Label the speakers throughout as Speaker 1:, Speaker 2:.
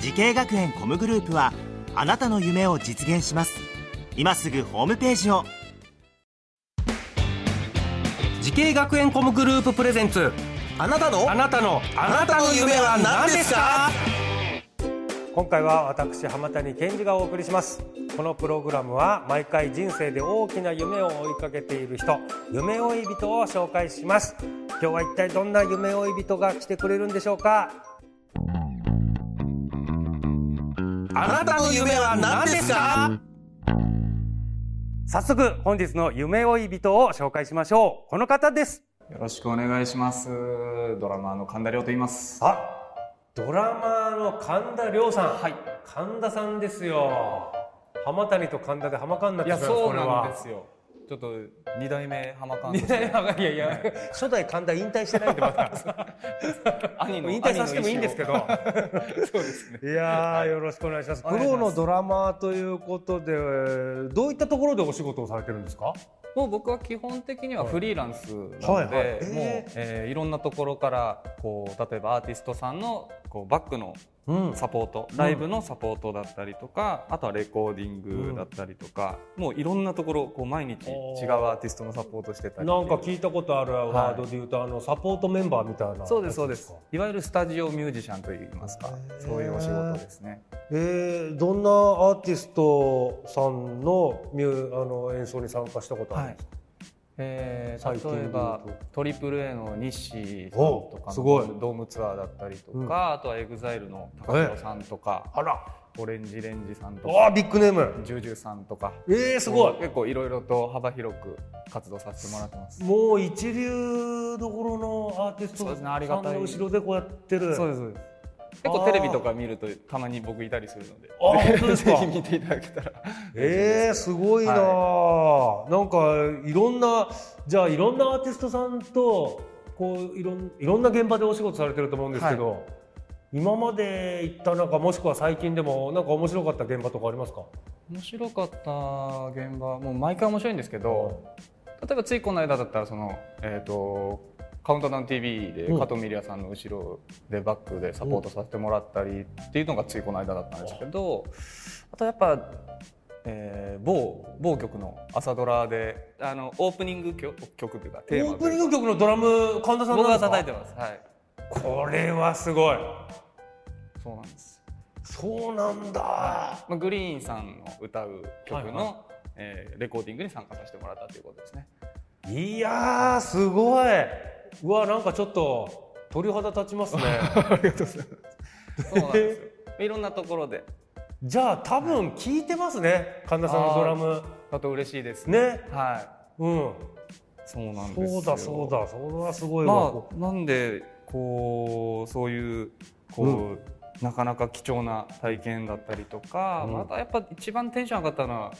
Speaker 1: 時系学園コムグループはあなたの夢を実現します今すぐホームページを
Speaker 2: 時系学園コムグループプレゼンツ
Speaker 3: あなたの
Speaker 2: あなたのあ
Speaker 3: なたの夢は何ですか
Speaker 4: 今回は私浜谷健二がお送りしますこのプログラムは毎回人生で大きな夢を追いかけている人夢追い人を紹介します今日は一体どんな夢追い人が来てくれるんでしょうか
Speaker 3: あなたの夢は何ですか
Speaker 4: 早速本日の夢追い人を紹介しましょうこの方です
Speaker 5: よろしくお願いします。ドラマーの神田亮と言います。
Speaker 4: あドラマーの神田亮さん、神田さんですよ浜谷と神田で浜神になっ
Speaker 5: い
Speaker 4: てしまいますこれは
Speaker 5: よ。ちょっと二代目浜監
Speaker 4: いやいや いやいや初代神田引退してないんでまだ
Speaker 5: 兄の
Speaker 4: 引退させて もいいんですけど
Speaker 5: そうですね。
Speaker 4: いやーよろしくお願いしますプ
Speaker 5: お願いします
Speaker 4: ロのドラマーということでどういったところでお仕事をされてるんですか
Speaker 5: もう僕は基本的にはフリーランスなので、
Speaker 4: はいはいえー
Speaker 5: もう、えーいろんなところからこう例えばアーティストさんのこうバックの
Speaker 4: うん
Speaker 5: サポート、ライブのサポートだったりとか、あとはレコーディングだったりとか、もういろんなところこう毎日違うアーティストのサポートしてたりっていう
Speaker 4: なんか聞いたことあるワードで言うと、あのサポートメンバーみたいな
Speaker 5: そうですそうです
Speaker 4: やつか
Speaker 5: いわゆるスタジオミュージシャンといいますか
Speaker 4: へー
Speaker 5: そういうお仕事ですね
Speaker 4: えー、どんなアーティストさんのミューあの演奏に参加したことあるんですか、
Speaker 5: え
Speaker 4: 最近
Speaker 5: ー、
Speaker 4: で
Speaker 5: 例
Speaker 4: 言
Speaker 5: え
Speaker 4: うと
Speaker 5: ばトリプル a の西さん
Speaker 4: お
Speaker 5: とか
Speaker 4: すごい
Speaker 5: のドームツアーだったりとか、
Speaker 4: うん
Speaker 5: あとは EXILE の高城さんとか、
Speaker 4: あら
Speaker 5: オレンジレンジさんと
Speaker 4: あ
Speaker 5: か
Speaker 4: ービッグネーム
Speaker 5: ジュジュさんとか
Speaker 4: えー、すごい
Speaker 5: 結構いろいろと幅広く活動させてもらってます
Speaker 4: もう一流どころのアーティス
Speaker 5: そう
Speaker 4: ト
Speaker 5: ですね
Speaker 4: さ
Speaker 5: あ
Speaker 4: ん
Speaker 5: りがたい
Speaker 4: の後ろでこうやってる
Speaker 5: そうですそうです結構テレビとか見るとたまに僕いたりするので
Speaker 4: あー本当ですか
Speaker 5: ぜひ見ていただけたら
Speaker 4: えー、すごいな、あ。なんかいろんなじゃあいろんなアーティストさんとこういろんいろんな現場でお仕事されてると思うんですけど、今まで行った中もしくは最近でもなんか面白かった現場とかありますか
Speaker 5: 面白かった現場もう毎回面白いんですけど、例えばついこの間だったらその、えー、とカウントダウン TV で
Speaker 4: うん
Speaker 5: 加藤ミリアさんの後ろでバックでサポートさせてもらったりっていうのがついこの間だったんですけど、あとやっぱ、えー某某局の朝ドラであのオープニング曲曲というか
Speaker 4: オ
Speaker 5: テー
Speaker 4: ー
Speaker 5: マ
Speaker 4: プニ
Speaker 5: で
Speaker 4: ング曲のドラム神田さん
Speaker 5: 僕
Speaker 4: なんで
Speaker 5: が
Speaker 4: すか
Speaker 5: 叩いてます。はい
Speaker 4: これはすごい
Speaker 5: そうなんです
Speaker 4: そうなんだ
Speaker 5: まあ、グリーンさんの歌う曲の、
Speaker 4: はい
Speaker 5: えーレコーディングに参加させてもらったということですね。
Speaker 4: いやーすごいうわなんかちょっと鳥肌立ち ますね
Speaker 5: そうなんですよ。いろんなところで
Speaker 4: じゃあ多分聞いてますね神田さんのドラム
Speaker 5: だと嬉しいですね。
Speaker 4: ね
Speaker 5: は
Speaker 4: うん
Speaker 5: い。そうなんです
Speaker 4: そ
Speaker 5: よ。
Speaker 4: うだそうだそれはすごいわ、
Speaker 5: まあなんでこうそういうこう、なかなか貴重な体験だったりとか、
Speaker 4: うん
Speaker 5: またやっぱ一番テンション上がったのは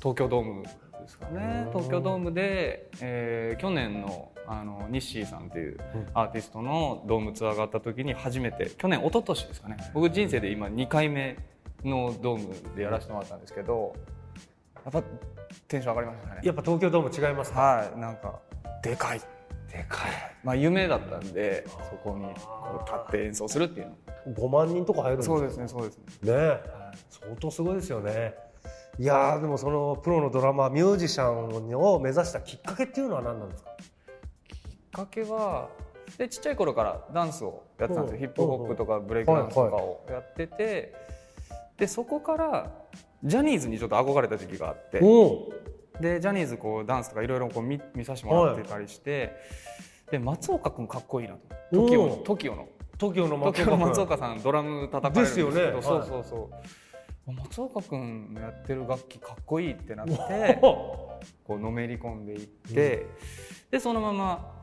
Speaker 5: 東京ドームですかね。
Speaker 4: うん
Speaker 5: 東京ドームで、えー去年のあのニッシーさんっていうアーティストのドームツアーがあった時に初めて去年一昨年ですかね。僕人生で今2回目のドームでやらせてもらったんですけど、やっぱテンション上がりましたね。
Speaker 4: やっぱ東京ドーム違いますか、
Speaker 5: はい、なんかでかいでかい、まあ、夢だったんでそこにこう立って演奏するっていうの
Speaker 4: 5万人とか入るんですよ
Speaker 5: そうですねそうですね
Speaker 4: ね相当すごいですよねいやーでもそのプロのドラマーミュージシャンを目指したきっかけっていうのは何なんですか
Speaker 5: きっかけはでちっちゃい頃からダンスをやってたんです
Speaker 4: う
Speaker 5: よ
Speaker 4: ん
Speaker 5: ヒップホップとかブレイクダンスとかをやっててでそこからジャニーズにちょっと憧れた時期があって
Speaker 4: お
Speaker 5: でジャニーズこうダンスとかいろいろこう見見させてもらってたりしてで松岡君かっこいいなと
Speaker 4: うん
Speaker 5: TOKIO の TOKIO の
Speaker 4: TOKIO の松
Speaker 5: 東京
Speaker 4: 岡君
Speaker 5: の松岡さんドラム叩かれるんですけど
Speaker 4: ですよね
Speaker 5: そうそうそう、松岡君のやってる楽器かっこいいってなってこうのめり込んでいって、でそのまま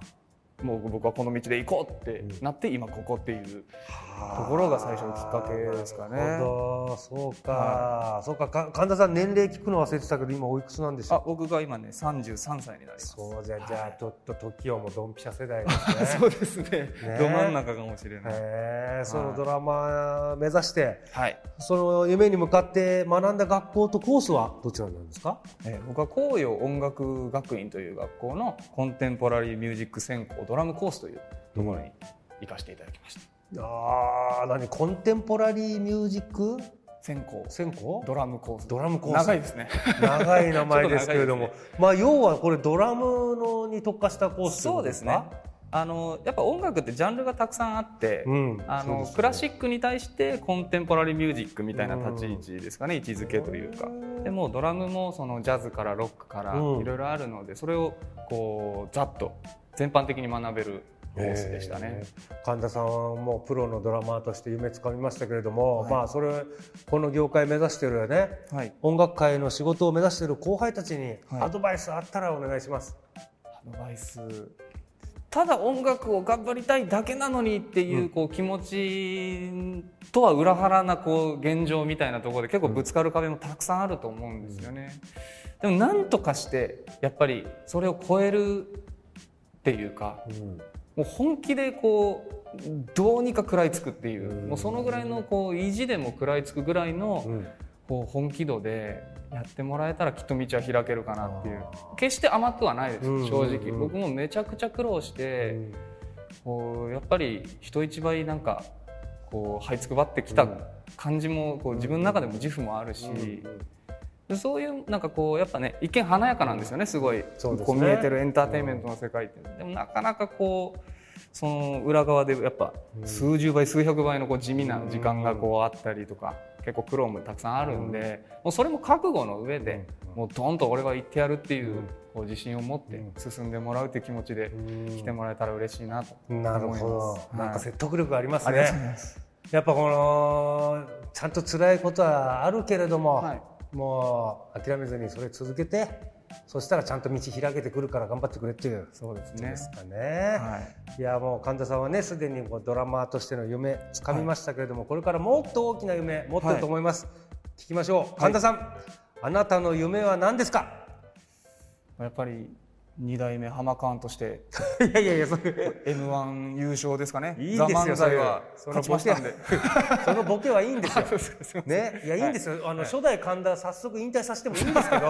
Speaker 5: もう僕はこの道で行こうってなって今ここっていう
Speaker 4: と
Speaker 6: ところが最初のきっかけですかね
Speaker 4: なるほどそうか、そうかか神田さん年齢聞くの忘れてたけど今おいくつなんでし
Speaker 5: あ
Speaker 4: ょ
Speaker 5: 僕が今ね33歳になり
Speaker 4: う
Speaker 5: ます
Speaker 4: そうじゃじゃあちょっと時をもドンピシャ世代ですね
Speaker 5: そうですね
Speaker 4: ね
Speaker 5: ど真ん中かもしれない、
Speaker 4: へえそのドラマ目指して
Speaker 5: はい
Speaker 4: その夢に向かって学んだ学校とコースはどちらなんですか
Speaker 5: えー僕は紅葉音楽学院という学校のコンテンポラリーミュージック専攻ドラムコースというところに行かせていただきました
Speaker 4: ああ何コンテンポラリーミュージック
Speaker 5: 専攻
Speaker 4: 専攻
Speaker 5: ドラムコース
Speaker 4: ドラムコース
Speaker 5: 長いですね
Speaker 4: 長い名前ですけれども、
Speaker 5: ちょっと長いで
Speaker 4: まあ要はこれドラムのに特化したコースって
Speaker 5: そ
Speaker 4: こ
Speaker 5: う
Speaker 4: と
Speaker 5: ですねあのやっぱ音楽ってジャンルがたくさんあって、
Speaker 4: うん、
Speaker 5: あ
Speaker 4: そうで
Speaker 5: の
Speaker 4: すね
Speaker 5: クラシックに対してコンテンポラリーミュージックみたいな立ち位置ですかね、位置づけというかでもうドラムもそのジャズからロックから
Speaker 4: うん
Speaker 5: いろいろあるので、それをこうざっと全般的に学べるコースでしたね、
Speaker 4: えー神田さんはもうプロのドラマーとして夢つかみましたけれども、まあそれこの業界目指してるね
Speaker 5: はい
Speaker 4: 音楽界の仕事を目指してる後輩たちに
Speaker 5: はい
Speaker 4: アドバイスあったらお願いします、
Speaker 5: アドバイスただ音楽を頑張りたいだけなのにっていう,、
Speaker 4: うん
Speaker 5: こう気持ちとは裏腹なこう現状みたいなところで結構ぶつかる壁もたくさんあると思うんですよね。でもなんとかしてやっぱりそれを超えるっていうか
Speaker 4: うん
Speaker 5: もう本気でこうどうにか食らいつくっていう、
Speaker 4: うん
Speaker 5: もうそのぐらいのこう意地でも食らいつくぐらいの、
Speaker 4: うん
Speaker 5: こう本気度でやってもらえたらきっと道は開けるかなっていう決して甘くはないです、
Speaker 4: うん
Speaker 5: 正
Speaker 4: うん
Speaker 5: 直、
Speaker 4: うん
Speaker 5: 僕もめちゃくちゃ苦労して、こうやっぱり人一倍なんかこう這いつくばってきた感じもこう自分の中でも自負もあるし、でそういうなんかこうやっぱね一見華やかなんですよねすごい
Speaker 4: そうですね
Speaker 5: こう見えてるエンターテインメントの世界って、でもなかなかこうその裏側でやっぱ数十倍数百倍のこう地味な時間がこうあったりとか結構苦労もたくさんあるんで、もうそれも覚悟の上で、もうドンと俺は行ってやるっていう、こう自信を持って進んでもらうっていう気持ちで来てもらえたら嬉しいなと思います。
Speaker 4: なるほど、
Speaker 5: はい
Speaker 4: なんか説得力あります
Speaker 5: あり
Speaker 4: ね
Speaker 5: がとうございます
Speaker 4: やっぱこのちゃんと辛いことはあるけれども、
Speaker 5: はい
Speaker 4: もう諦めずにそれ続けてそしたらちゃんと道開けてくるから頑張ってくれっていう
Speaker 5: そうです
Speaker 4: で
Speaker 5: ね。
Speaker 4: すかね、
Speaker 5: は
Speaker 4: い、
Speaker 5: い。
Speaker 4: やもう神田さんはねすでにこうドラマーとしての夢つかみましたけれども、これからもっと大きな夢持ってると思います、聞きましょう神田さん、あなたの夢は何ですか
Speaker 5: やっぱり二代目ハマカーンと して
Speaker 4: いやいやいやそれ
Speaker 5: M1 優勝ですかね。
Speaker 4: いいんですよ
Speaker 5: ザ漫才は
Speaker 4: それ
Speaker 5: 勝ちましたんで。
Speaker 4: そのボケはいいんですよね、いや、いいんですよ、あの、初代神田、早速引退させてもいいんですけ ど。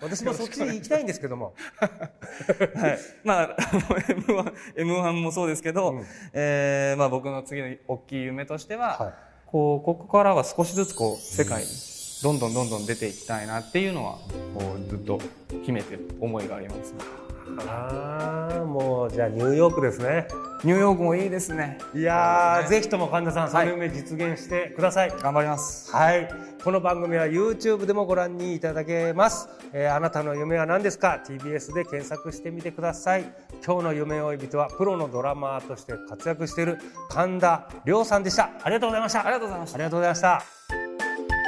Speaker 4: 私もそっちに行きたいんですけども。
Speaker 5: はい。まあ、あの M1、M1 もそうですけど、えーまあ僕の次の大きい夢としては、
Speaker 4: はい
Speaker 5: こう、ここからは少しずつこう、世界にどんどんどんどん出ていきたいなっていうのは、こう、ずっと秘めてる思いがありますね。
Speaker 4: ああ、もう、じゃあ、ニューヨークですね。
Speaker 5: ニューヨークもいいですね。
Speaker 4: いやー、ぜひとも神田さん、その夢実現してください。
Speaker 5: 頑張ります。
Speaker 4: はい、この番組は YouTube でもご覧にいただけます、えーあなたの夢は何ですか TBS で検索してみてください今日の夢追い人はプロのドラマーとして活躍している神田亮さんでしたありがとうございましたありがとうございましたありがとうございました